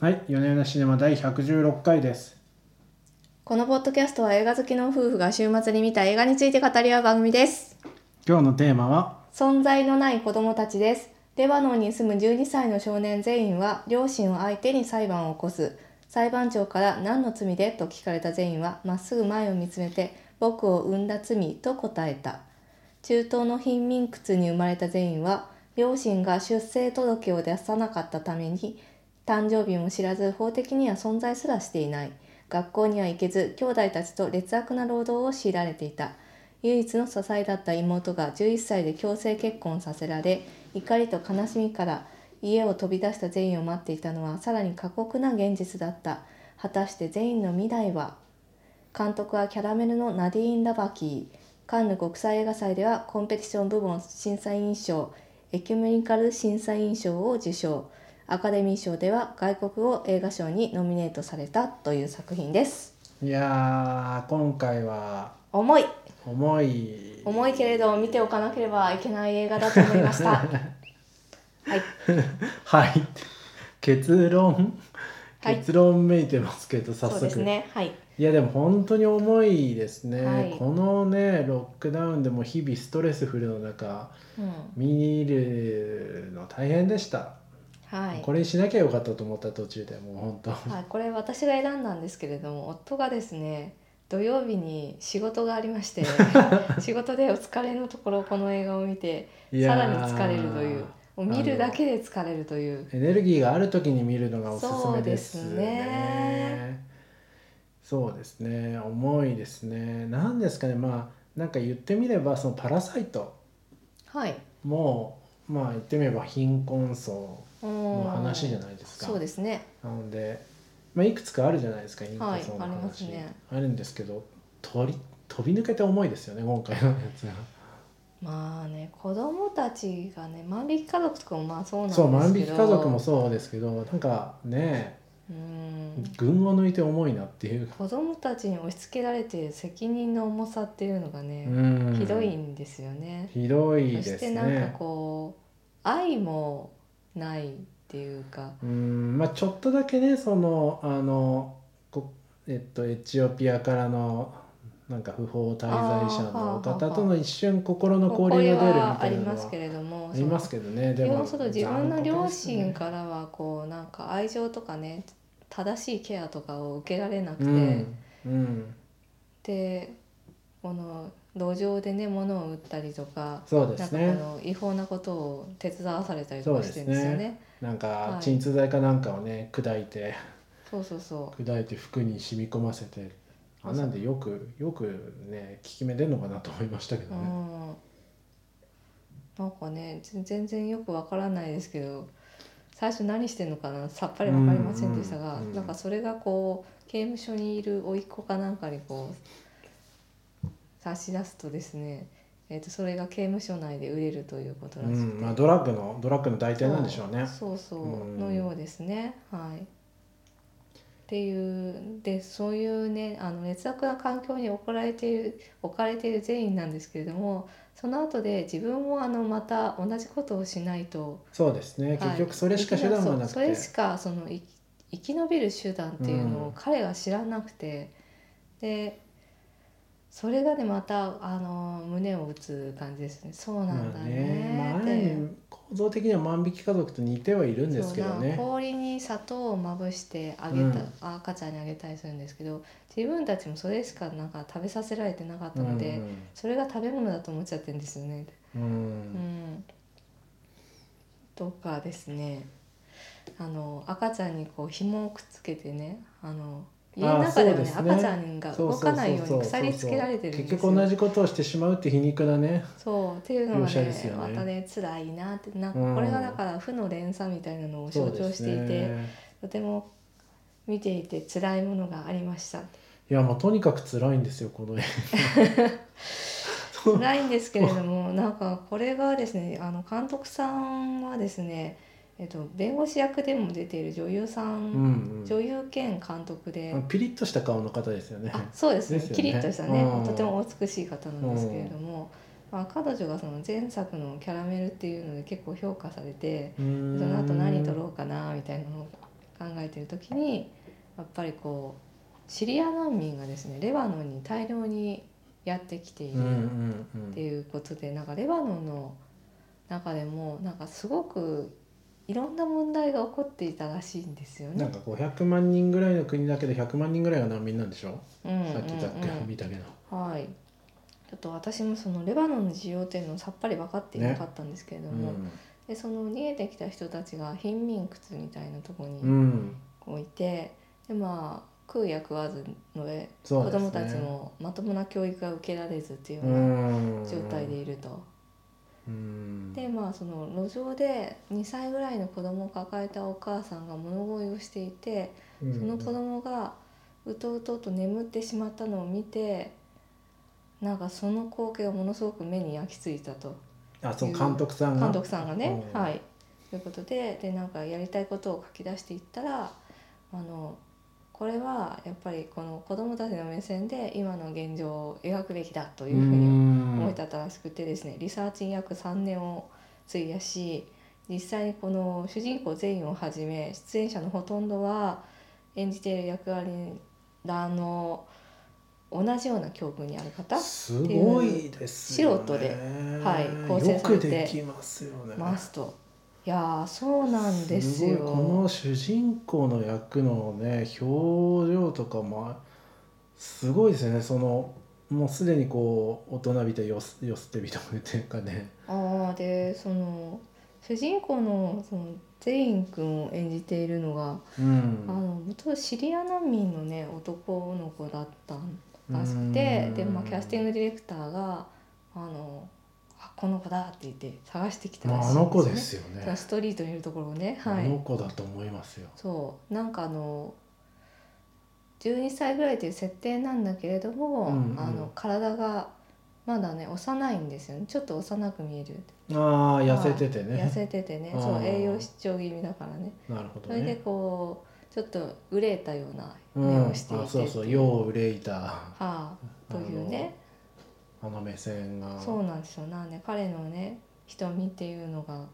はい、夜な夜なシネマ第116回です。このポッドキャストは映画好きの夫婦が週末に見た映画について語り合う番組です。今日のテーマは、存在のない子供たちです。レバノンに住む12歳の少年全員は両親を相手に裁判を起こす。裁判長から何の罪でと聞かれた全員はまっすぐ前を見つめて僕を産んだ罪と答えた。中東の貧民窟に生まれた全員は両親が出生届を出さなかったために誕生日も知らず法的には存在すらしていない学校には行けず兄弟たちと劣悪な労働を強いられていた唯一の支えだった妹が11歳で強制結婚させられ怒りと悲しみから家を飛び出した全員を待っていたのはさらに過酷な現実だった果たして全員の未来は監督はキャラメルのナディーン・ラバキーカンヌ国際映画祭ではコンペティション部門審査員賞エキュメニカル審査員賞を受賞アカデミー賞では外国語映画賞にノミネートされたという作品ですいやー、今回は重い重い。重いけれど見ておかなければいけない映画だと思いましたはいはい。結論、はい結論めいてますけど、早そうで速。すねはいいや、でも本当に重いですね、はいこのね、ロックダウンでも日々ストレスフルの中、うん見るの大変でした。はいこれにしなきゃよかったと思った途中でもう本当。はい、これ私が選んだんですけれども夫がですね土曜日に仕事があり まして仕事でお疲れのところこの映画を見ていさやらにー疲れるというもう見るだけで疲れるというエネルギーがある時に見るのがおすすめですそうですね。そうですね。重いですね。なんですかね。まあなんか言ってみればそのパラサイトはいもまあ言ってみれば貧困層のの話じゃないですか。そうですねなので、まあいくつかあるじゃないですか貧は困い層のあります話、ねあるんですけど、飛び飛び抜けて重いですよね。今回のやつが。まあね子供たちがね万引き家族とかもまあそうなんですけそうど万引き家族もそうですけど、なんかね、うん群を抜いて重いなっていうか。子供たちに押し付けられている責任の重さっていうのがね、うんひどいんですよねひどいでそしすてなんかね。こう愛もないっていうかうん、まあちょっとだけね、そのあのこえっとエチオピアからのなんか不法滞在者のあーはあは方あとの一瞬心のこ交流れが出るみはたあいりなのますはけれどもありますけどね。でも要するに自分の両親らからはこうなんか愛情とかね正しいケアとかを受けられなくて、うん、うん、でこの路上でね物を売ったりとか。そうでなんすかこね。の違法なことを手伝わされたりとかしてるんですよそうですね。なんはかい鎮痛剤かなんかをね砕いてそうそうそ砕いて服に染み込ませて。あんなんでよくよくね効き目出るのかなと思いましたけう。どうね。ん。なんかね、ぜ全然よくわからないですけど、最初何してんのかなさっぱりわかりませんでしたうがんうんう、んなんかそれがこう刑務所にいる甥っ子かなんかにこう差し出すとですね、えっ、とそれが刑務所内で売れるということらうしくん、て。まあドラッグのドラッグの代替なんでしょうね。そうそううんのようですね。はい。っていうでそういうねあの劣悪な環境に置かれている置かれている全員なんですけれどもその後で自分もあのまた同じことをしないとそうですね、はい結局それしか手段がなくそうそれしてかそのい生き延びる手段っていうのうんを彼が知らなくて、でそれがねまたあの胸を打つ感じですねそうまなんだあねね、まあ、あっるて意味構造的には万引き家族と似てはいるんですけどそうなね氷に砂糖をまぶしてあげた、うん赤ちゃんにあげたりするんですけど自分たちもそれしかなんか食べさせられてなかったので、それが食べ物だと思っちゃってるんですよね。うんううんん、とかですねあの赤ちゃんにこう紐をくっつけてねあの家の中ではねそうですね赤ちゃんが動かないように鎖つけられてるんです結よ。局同じことをしてしまうって皮肉なねそうっていうのが描写ねですよまねたね辛いなってなんかうんこれがだから負の連鎖みたいなのを象徴しそていて。うですねとても見ていて辛いものがありましたいやもうとにかく辛いんですよこの絵 そう辛いんですけれ どもなんかこれがですねあの監督さんはですね、えっと、弁護士役でも出ている女優さん、うん女優兼監督で、うん、ピリッとした顔の方ですよねあそうですねですよねキリッとしたね、うんとてもお美しい方なんですけれども、まあ、彼女がその前作の「キャラメル」っていうので結構評価されてそその後何撮ろううかなみたいなのを考えてる時にやっぱりこうシリア難民がですねレバノンに大量にやってきていうんうんるっうんていうことでなんかレバノンの中でもなんかすごくいろんな問題が起こっていたらしいんですよね。なんか500万人ぐらいの国だけで100万人ぐらいが難民なんでしょ、うんうんうんさっきざっくり見たけど、はい、ちょっと私もそのレバノンの需要っていうのをさっぱり分かっていなかったんですけれどうも、んでその逃げてきた人たちが貧民窟みたいなとこうにん、置いて、でまあ食うや食わずの上、そう子ですね供たちもまともな教育が受けられずっていううようなん状態でいると。うんでまあその路上で2歳ぐらいの子供を抱えたお母さんが物乞いをしていてうんその子供がうとうとと眠ってしまったのを見てなんかその光景がものすごく目に焼き付いたとあその監督さんが監督さんがね、うんはいということででなんかやりたいことを書き出していったらあのこれはやっぱりこの子どもたちの目線で今の現状を描くべきだというふうに思い立ったらしくてですねリサーチに約3年を費やし実際にこの主人公全員をはじめ出演者のほとんどは演じている役割らの同じような境遇にある方すごいですよね素人ではい構成されてよくできますよねますと。いやーそうなんですよ。ごいこの主人公の役のね表情とかもすごいですよねそのもうすでにこう大人びてよすよすってびとむっていうかねああでその主人公のそのゼイン君を演じているのが、うあんの元々シリア難民のね男の子だったらしくてで、まあ、キャスティンググディレクターが「あのあこの子だ」って言って探してきたまらあ、しいあんの子でねすよねそのストリートにいるところをねはあいの子だと思いますよ、そうなんかあの12歳ぐらいという設定なんだけれども、うんうんあの体がまだね幼いんですよねちょっと幼く見えるああ痩せててね、痩せててねあーそう栄養失調気味だからねなるほそどれでねこうちょっと憂えたようなうん、目をあしていてっていそうそうよう憂いたはあというねあの目線がそうなんですよなんで彼のね瞳っていうのが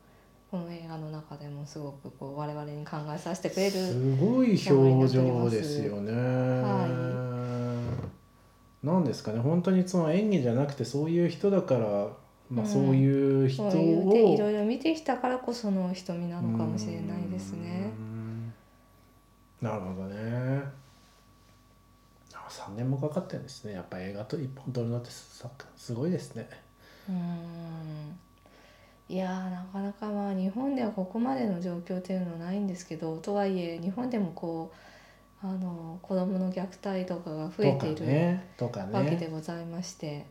この映画の中でもすごくこう我々に考えさせてくれるすごい表情ですよね。はなんですかね本当にその演技じゃなくてそういう人だから、まうんあ、そういう人そを、ういうでいろいろ見てきたからこその瞳なのかもしれないですねう。ん。なるほどね。あ3年もかかってるんですねやっぱ映画と一本撮るのってすすごいですね。うーんいやーなかなかまあ日本ではここまでの状況っていうのはないんですけどとはいえ日本でもこうあの子どもの虐待とかが増えていとかるねとかね。わけでございまして、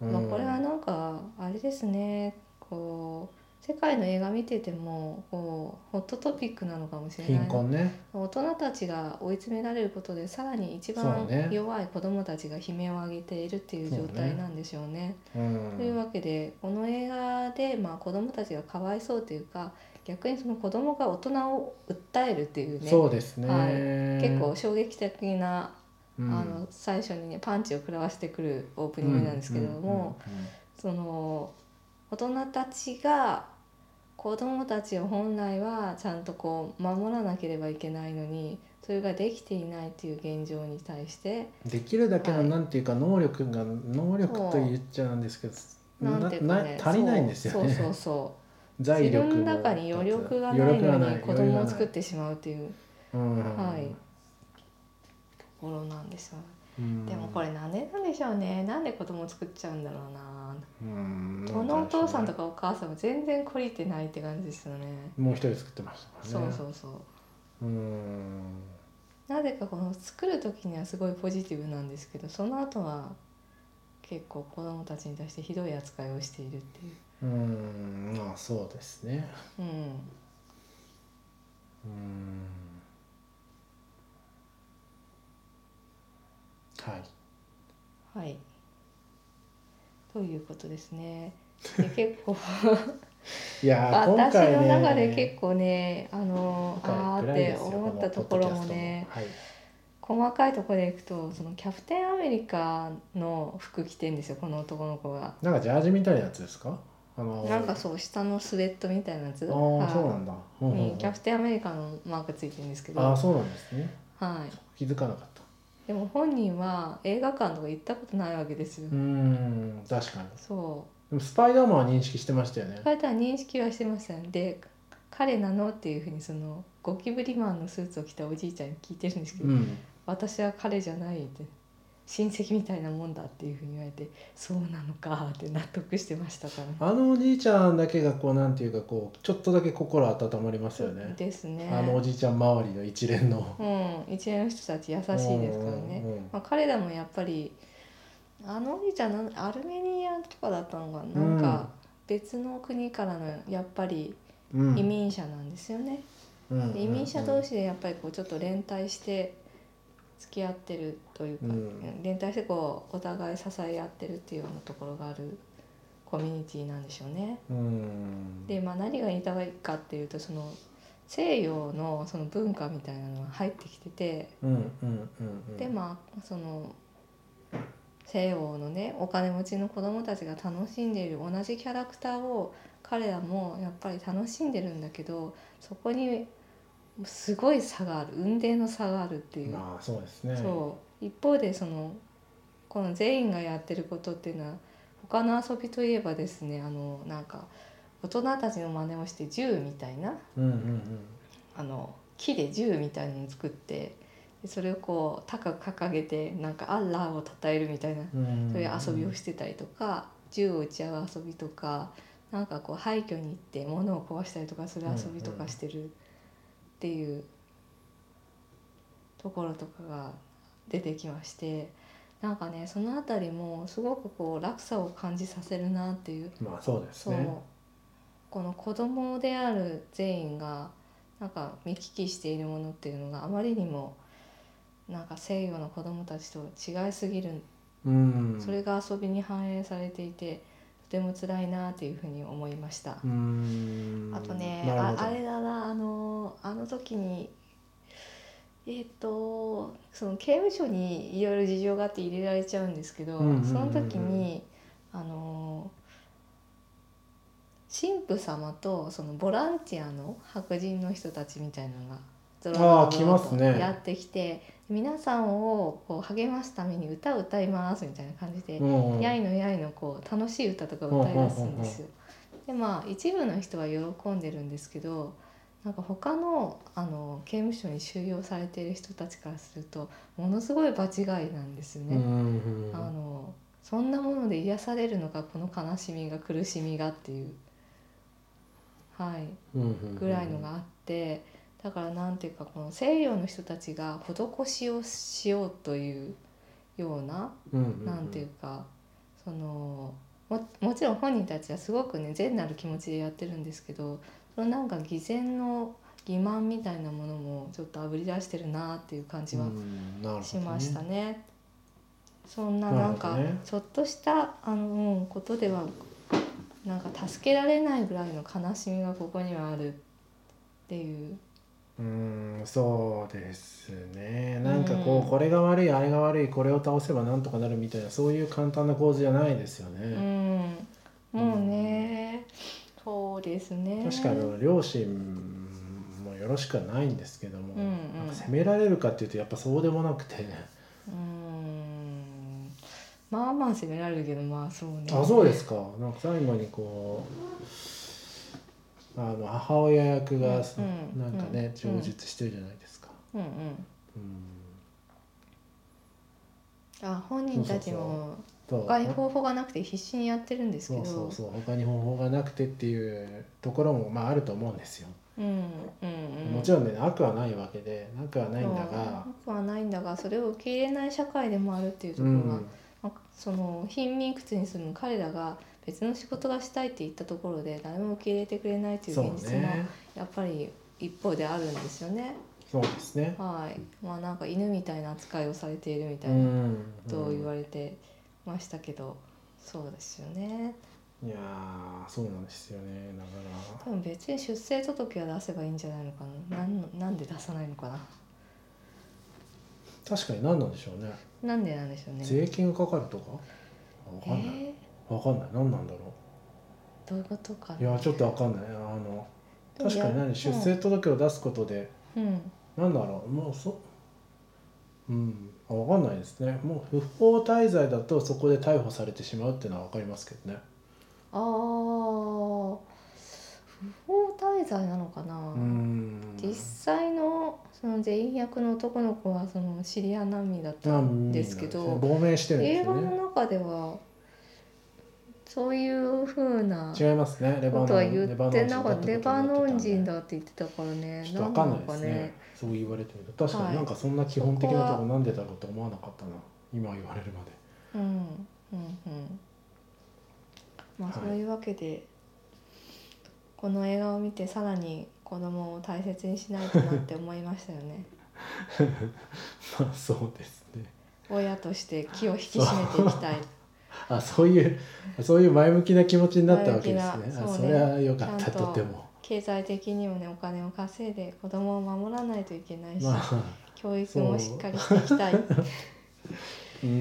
まあ、うんこれはなんかあれですねこう世界の映画見ててもこうホットトピックなのかもしれな貧い困ね。大人たちが追い詰められることでさらに一そ番うね弱い子どもたちが悲鳴を上げているっていう状態なんでしょうね。うんというわけでこの映画で、まあ、子どもたちがかわいそうというか逆にその子どもが大人を訴えるっていうねそうですね、はい結構衝撃的な、うんあの最初にねパンチを食らわしてくるオープニングなんですけれども、うんうんうんうんその大人たちが子どもたちを本来はちゃんとこう守らなければいけないのにそれができていないっていう現状に対してできるだけはのいなんていうか能力が能力と言っちゃなんですけどなんていうかね足りないんですよそうそうそうねそ う財自力分の中に余力がないのに子供を作っってしまうというて、うんはいところなんですよね、うんでもこれなんでなんでしょうねなんで子供を作っちゃうんだろうなうんこのお父さんとかかお母さんも全然懲りてないって感じですよねもう一人作ってましたからねそうそうそうううんなぜかこの作る時にはすごいポジティブなんですけどその後は結構子供たちに対してひどい扱いをしているっていううんまあそうですねうんうんはいはい。ということですね。で結構いやー今私回のね中で結構ねあの今回あーっ暗いてですよ思ったところもねこのポッドキャストもはい細かいところでいくとそのキャプテンアメリカの服着てんですよこの男の子が。なんかジャージみたいなやつですか？あのなんかそう下のスウェットみたいなやつあーそうなはんだ、いうんうんうんにキャプテンアメリカのマークついてるんですけど、ああはそうなんですねい、気づかなかったでも本人は映画館とか行ったことないわけですよ、うーん確かにそでもスパイダーマンは認識してましたよねう彼とは認識はしてましたんで彼なのっていうふうにそのゴキブリマンのスーツを着たおじいちゃんに聞いてるんですけど、うん私は彼じゃないって親戚みたいなもんだっていうふうに言われてそうなのかって納得してましたからあのおじいちゃんだけがこうなんていうかこうちょっとだけ心温まりますよねですねあのおじいちゃん周りの一連のうん一連の人たち優しいですからね、うんまあ、彼らもやっぱりあのおじいちゃんなんアルメニアとかだったのがなうんんか別の国からのやっぱりうん移民者なんですよね、うんで移民者同士でやっぱりこうちょっと連帯して付き合ってるというか、うん連帯してこうお互い支え合ってるっていうようなところがあるコミュニティなんでしょうね。うんで、まあ、何が言いたいかっていうとその西洋のその文化みたいなのが入ってきててうんうんうんうんでまあその西洋のねお金持ちの子供たちが楽しんでいる同じキャラクターを彼らもやっぱり楽しんでるんだけどそこにすごい差がある運命の差があるっていう、まあそうですねそう一方でそのこの全員がやってることっていうのは他の遊びといえばですねあのなんか大人たちの真似をして銃みたいなうんうんうんあの木で銃みたいなのを作ってでそれをこう高く掲げてなんかアッラーを称えるみたいなそういう遊びをしてたりとか銃を撃ち合う遊びとかなんかこう廃墟に行って物を壊したりとかする遊びとかしてるっていうところとかが出てきましてなんかねその辺りもすごくこう落差を感じさせるなっていうまあそうですそう、ねこの子供である全員がなんか見聞きしているものっていうのがあまりにもなんか西洋の子供たちと違いすぎる、うんそれが遊びに反映されていてとても辛いなっていうふうに思いました、うんあとねなあるほどあれだなあのあの時にえーっとその刑務所にいろいろ事情があって入れられちゃうんですけど、うんうんうんうんその時にあの神父様とそのボランティアの白人の人たちみたいなのがゾロゾロあー来ますねとやってきて、皆さんをこう励ますために歌を歌いますみたいな感じでうんうんやいのやいのこう楽しい歌とか歌い出すんですよ。でまあ一部の人は喜んでるんですけどなんか他のあの刑務所に収容されている人たちからするとものすごい場違いなんですようね。んうんうんあのそんなもので癒されるのかこの悲しみが苦しみがっていう、はい、うんうんうんぐらいのがあってだからなんていうかこの西洋の人たちが施しをしようというようなうんうんうんなんていうかそのももちろん本人たちはすごくね善なる気持ちでやってるんですけどそのなんか偽善の欺瞞みたいなものもちょっとあぶり出してるなっていう感じはうんなるほどねしましたね。そんななんかなるほどねちょっとしたあのうんことではなんか助けられないぐらいの悲しみがここにはあるっていううーんそうですねなんかこう、うんこれが悪いあれが悪いこれを倒せばなんとかなるみたいなそういう簡単な構図じゃないですようね、んもうねそうですね確かにあの両親もよろしくはないんですけども、うんうんなんか責められるかっていうとやっぱそうでもなくて、うーんまあまあ責められるけどまあそうねあそうですかなんか最後にこうあの母親役が、うんなんかねうん充実してるじゃないですか。うんうんうんあ本人たちもそう他に方法がなくて必死にやってるんですけそどうそうそう他に方法がなくてっていうところもまああると思うんですよ、うんうんうんもちろんねなくはないわけでなくはないんだがそうなくはないんだがそれを受け入れない社会でもあるっていうとうころが、んまあその貧民窟に住む彼らが別の仕事がしたいって言ったところで誰も受け入れてくれないというそう現実もねやっぱり一方であるんですよね。そうですねはい、まあなんか犬みたいな扱いをされているみたういな。んと言われてましたけど、そうですよねいやーそうなんですよねだから多分別に出生届は出せばいいんじゃないのかななんのなんで出さないのかな確かに何なんでしょうねなんでなんでしょうね税金がかかるとかわえかんない、わかんない何なんだろどういうことかいやちょっとわかんないあのでも確かにや何出生届を出すことで、うんなんだろうもうそうんあわかんないですねもう不法滞在だとそこで逮捕されてしまうっていうのはわかりますけどねあー不法滞在なのかな、うん実際のその全員役の男の子はそのシリア難民だったんですけあうんど、亡命してるんで映すよ画ねの中ではそういうふうな違いますねレバノこンとは言ってなかったレレババノノンン人人だだって言ってたからねってことになってたんでちょっとわかないでなんなんのかすねねそう言われてみると確かになんかそんな基本的なとこなんでだろうと思わなかったな今言われるまで うんうんうんまあはいそういうわけで、この映画を見てさらに子供を大切にしないとなって思いましたよね まあそうですね親として気を引き締めていきた いあそういうそういう前向きな気持ちになったわけです前ね向きそなあそうそねれは良かったちゃんととても経済的にもねお金を稼いで子供を守らないといけないし、まあ教育もしっかりしていきたいうんう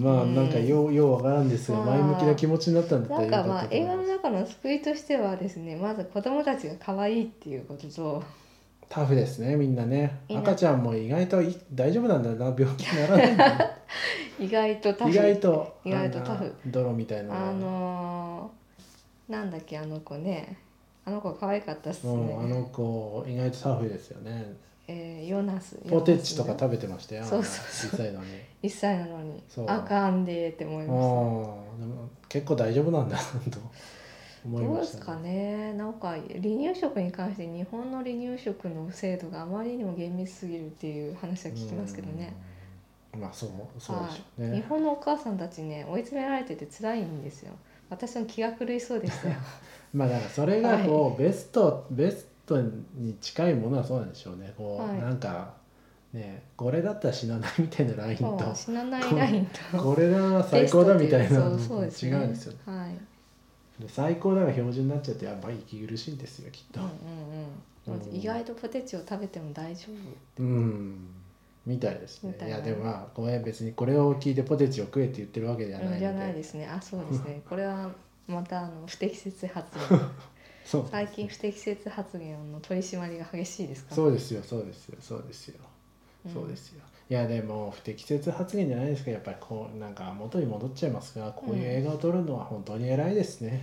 んまあなんかようようわからんですがまあ前向きな気持ちになったんだなんったらかよまかっあたと映思画いのます中の救いとしてはですねまず子供たちが可愛いっていうこととタフですねみんなねみんな赤ちゃんも意外とい大丈夫なんだな病気にならないん だな意外とタフ意外と意外とタフなんか泥みたいなあのー、なんだっけあの子ねあの子可愛かったっすうね、ん、あの子意外とタフですよねえーヨナスポテチとかヨナスね食べてましたよそう そうそう小さいのに一歳なのにそうあかんでーって思あいあでましたも結構大丈夫なんだなと思いどうまでしすたかねなんか離乳食に関して日本の離乳食の制度があまりにも厳密すぎるっていう話は聞きますけどね、うんまあそうそうでしょうはい日ね本のお母さんたちね追い詰められてて辛いんですよ私の気が狂いそう でしたよまあだからそれがこう、ベストベストに近いものはそうなんでしょうねこう、はいなんかねこれだったら死なないみたいなラインそとう死なないラインとこれが最高だみたいなベのストとって違ういんうでそすうそうよ、ですねはいで最高だが標準になっちゃってやっぱり息苦しいですよきっと、うんうんうんうん意外とポテチを食べても大丈うんみたいですねみたいいなやでもまあこれ別にこれを聞いてポテチを食えって言ってるわけではな夫いじゃのないでですねあそうですねこれはまたあの不適切発 言そう最近不適切発言の取り締まりが激しいですからそうですよそうですよそうですよ、うんそうですよいやでも不適切発言じゃないですかやっぱりこうなんか元に戻っちゃいますがこういう映画を撮るのは本当に偉いですね、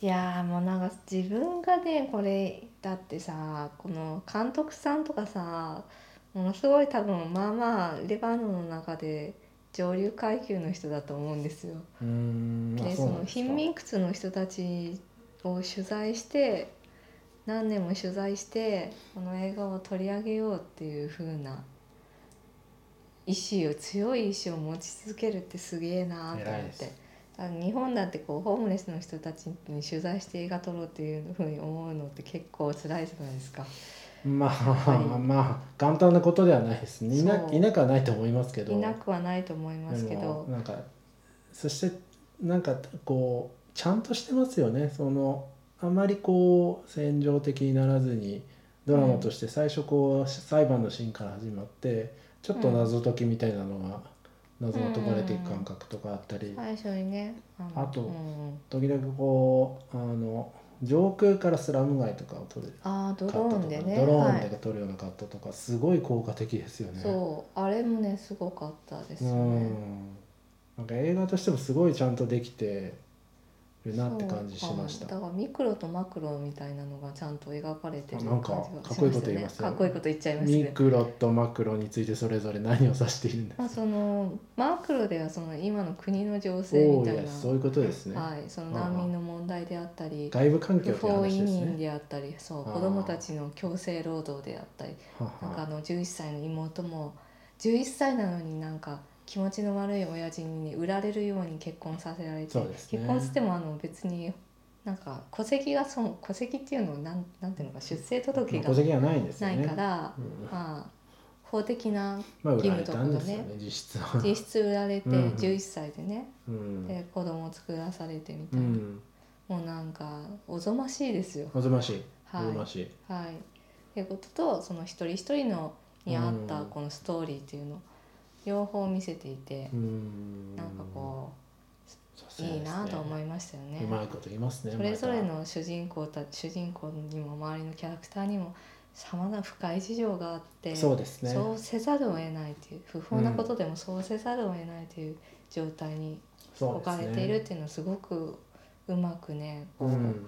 いやーもうなんか自分がねこれだってさこの監督さんとかさものすごい多分まあまあレバノンの中で上流階級の人だと思うんですよ。うーんあでそそうなんのですか貧民窟の人たちを取材して何年も取材してこの映画を取り上げようっていう風な意志を強い意志を持ち続けるってすげえなーと偉思いっですて。だから日本だってこうホームレスの人たちに取材して映画撮ろうっていう風に思うのって結構辛いじゃないですか。まぱりあまあ簡単なことではないですねいなそういなくはないと思いますけどいなくはないと思いますけでもど。なんかそしてなんかこうちゃんとしてますよねそのあまりこう戦場的にならずにドラマとして最初こう、裁判のシーンから始まってちょっと謎解きみたいなのが、謎を解かれていく感覚とかあったり、最初にね。のあとうんうん時々こうあの上空からスラム街とかを撮るあードカロットーとかンでね。ドロはーいンで撮るようなカットとか、すごい効果的ですよね。そうあれもねすごかったですうよね。んなんか映画としてもすごいちゃんとできてるなって感じしましたそうだからミクロとマクロみたいなのがちゃんと描かれてるあ感なんじかがかっこいいこと言いますね。よかっこいいこと言っちゃいますミね。クロとマクロについてそれぞれ何を指しているんですまあかそのマクロではその今の国の情勢おみおたいいやな、そういうことですね、はいその難民の問題であったり、外部環境不って法話移です民ねであったり、そうあー子供たちの強制労働であったり、はなんかあはの11歳の妹も11歳なのになんか気持ちの悪い親父に売られるように結婚させられて、そうですね結婚してもあの別になんか戸籍がその戸籍っていうのをなんなんていうのか出生届まあが戸籍がないんですよなねいから、うんまあ法的なまあ売義ら務れとたかんがですよねね実質は 実質売られてうんうん11歳でね、うん、で子供を作らされてみたういな、ん、もうなんかおぞましいですよ。おぞましいおはいぞましい、はい、っていうこととその一人一人のに合ったうんこのストーリーっていうの両方見せていて、うんなんかこうさすがですいいねなと思いましたよねうまいこと言いますねそれぞれまの主人公た主人公にも周りのキャラクターにもさまざな深い事情があってたそうですねそうせざるを得ないという不法なことでもそうせざるを得ないという状態にそう置ですかねれているっていうのをすごくうまくねこう、うん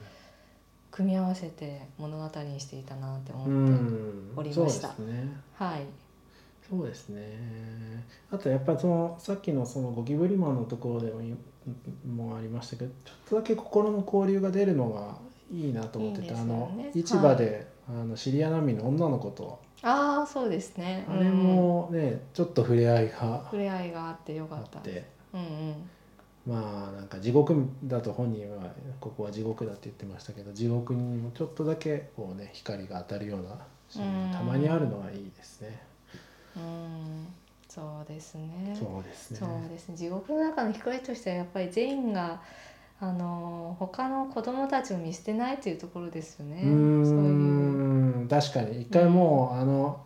組み合わせて物語にしていたなって思って、うん、おりましたそうですねはいそうですねあとやっぱりそのさっきのそのゴキブリマンのところでもいもありましたけどちょっとだけ心の交流が出るのがいいなと思ってていいですあよねのはい市場で、あのシリア難民の女の子とああそうですねあれもね、ちょっと触れ合いがうん、触れ合いがあってよかあったって。うんうんまあなんか地獄だと本人はここは地獄だって言ってましたけど地獄にもちょっとだけこうね光が当たるようなシーンがたまにあるのはいいですね。うんそうですねそうですね。そうですね地獄の中の光としてはやっぱり全員があの他の子供たちを見捨てないというところですよねうーそういうん確かに一回もう、あの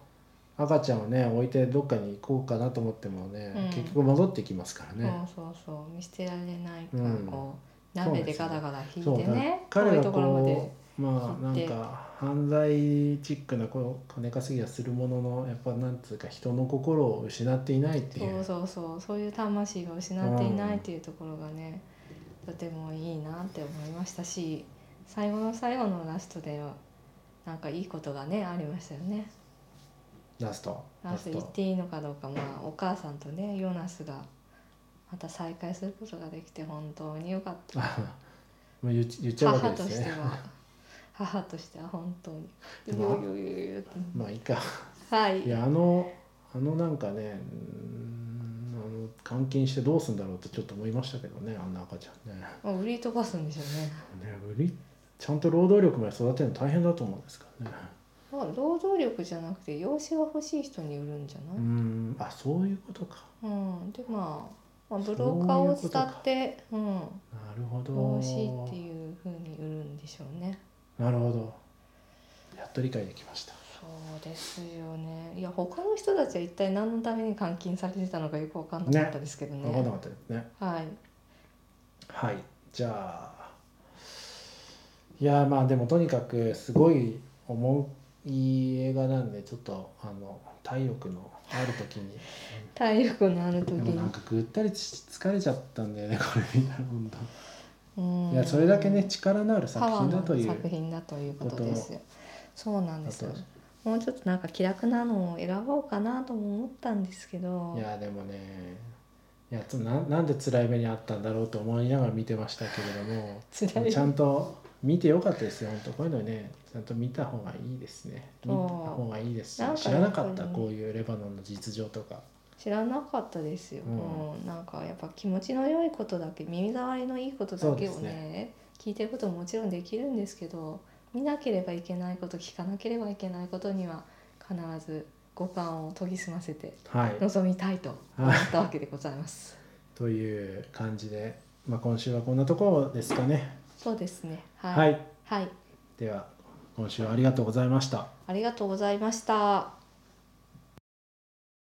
赤ちゃんをね置いてどっかに行こうかなと思ってもね、うん結局戻ってきますからね。そうそうそう見捨てられないかうらんこう、そう鍋でですねガラガラ引そういてねだから遠彼いがところまでこうまあな行っんてか犯罪チックなこう金稼ぎはするもののやっぱなんつうか人の心を失っていないっていう。そうそうそうそういう魂が失っていないというところがね、とてもいいなって思いましたし最後の最後のラストではなんかいいことがねありましたよね。ラスト。ラスト言っていいのかどうか、まあ、お母さんとねヨナスがまた再会することができて本当に良 かったあもう言っち言っちゃうわ母けとでしすてね。は母としては本当にでもよよよよよって まあいいか。はいいやあのあのなんかね、うーんあの監禁してどうすんだろうってちょっと思いましたけどね、あんな赤ちゃんね。もう売り飛ばすんでしょうねね売りちゃんと労働力まで育てるの大変だと思うんですからね。まあ労働力じゃなくて養子が欲しい人に売るんじゃうなーいん、あそういうことか。うん、でまあ、まあ、ブローカーを使ってう、ん、なるほど。投資っていうふうに売るんでしょうね。なるほど。やっと理解できました。そうですよね。いや他の人たちは一体何のために監禁されてたのかよく分かんなかったですけどね。分かんなかったですね。はい。はいじゃあいやまあでもとにかくすごい重い映画なんでちょっとあの体力のある時に体力のある時でもになん。かぐったりし疲れちゃったんだよねこれ見たら本うん当いやそれだけね力のある作パワ品ーだのという作品だということですよ。そうなんですよだと。もうちょっとなんか気楽なのを選ぼうかなとも思ったんですけど。いやでもねいやつななんで辛い目にあったんだろうと思いながら見てましたけれど も辛いちゃんと見てよかったですよ本当こういうのねちゃんと見た方がいいですね見たそう方がいいですしなんか知らなかったやっぱりねこういうレバノンの実情とか知らなかったですよ、ううんなんかやっぱ気持ちの良いことだけ耳障りのいいことだけをそうですね聞いてることももちろんできるんですけど見なければいけないこと聞かなければいけないことには必ず五感を研ぎ澄ませてはい臨みたいと思ったわけでございます。という感じで、まあ、今週はこんなところですかねそうですねは、はいい、はい、では今週はありがとうございましたありがとうございました。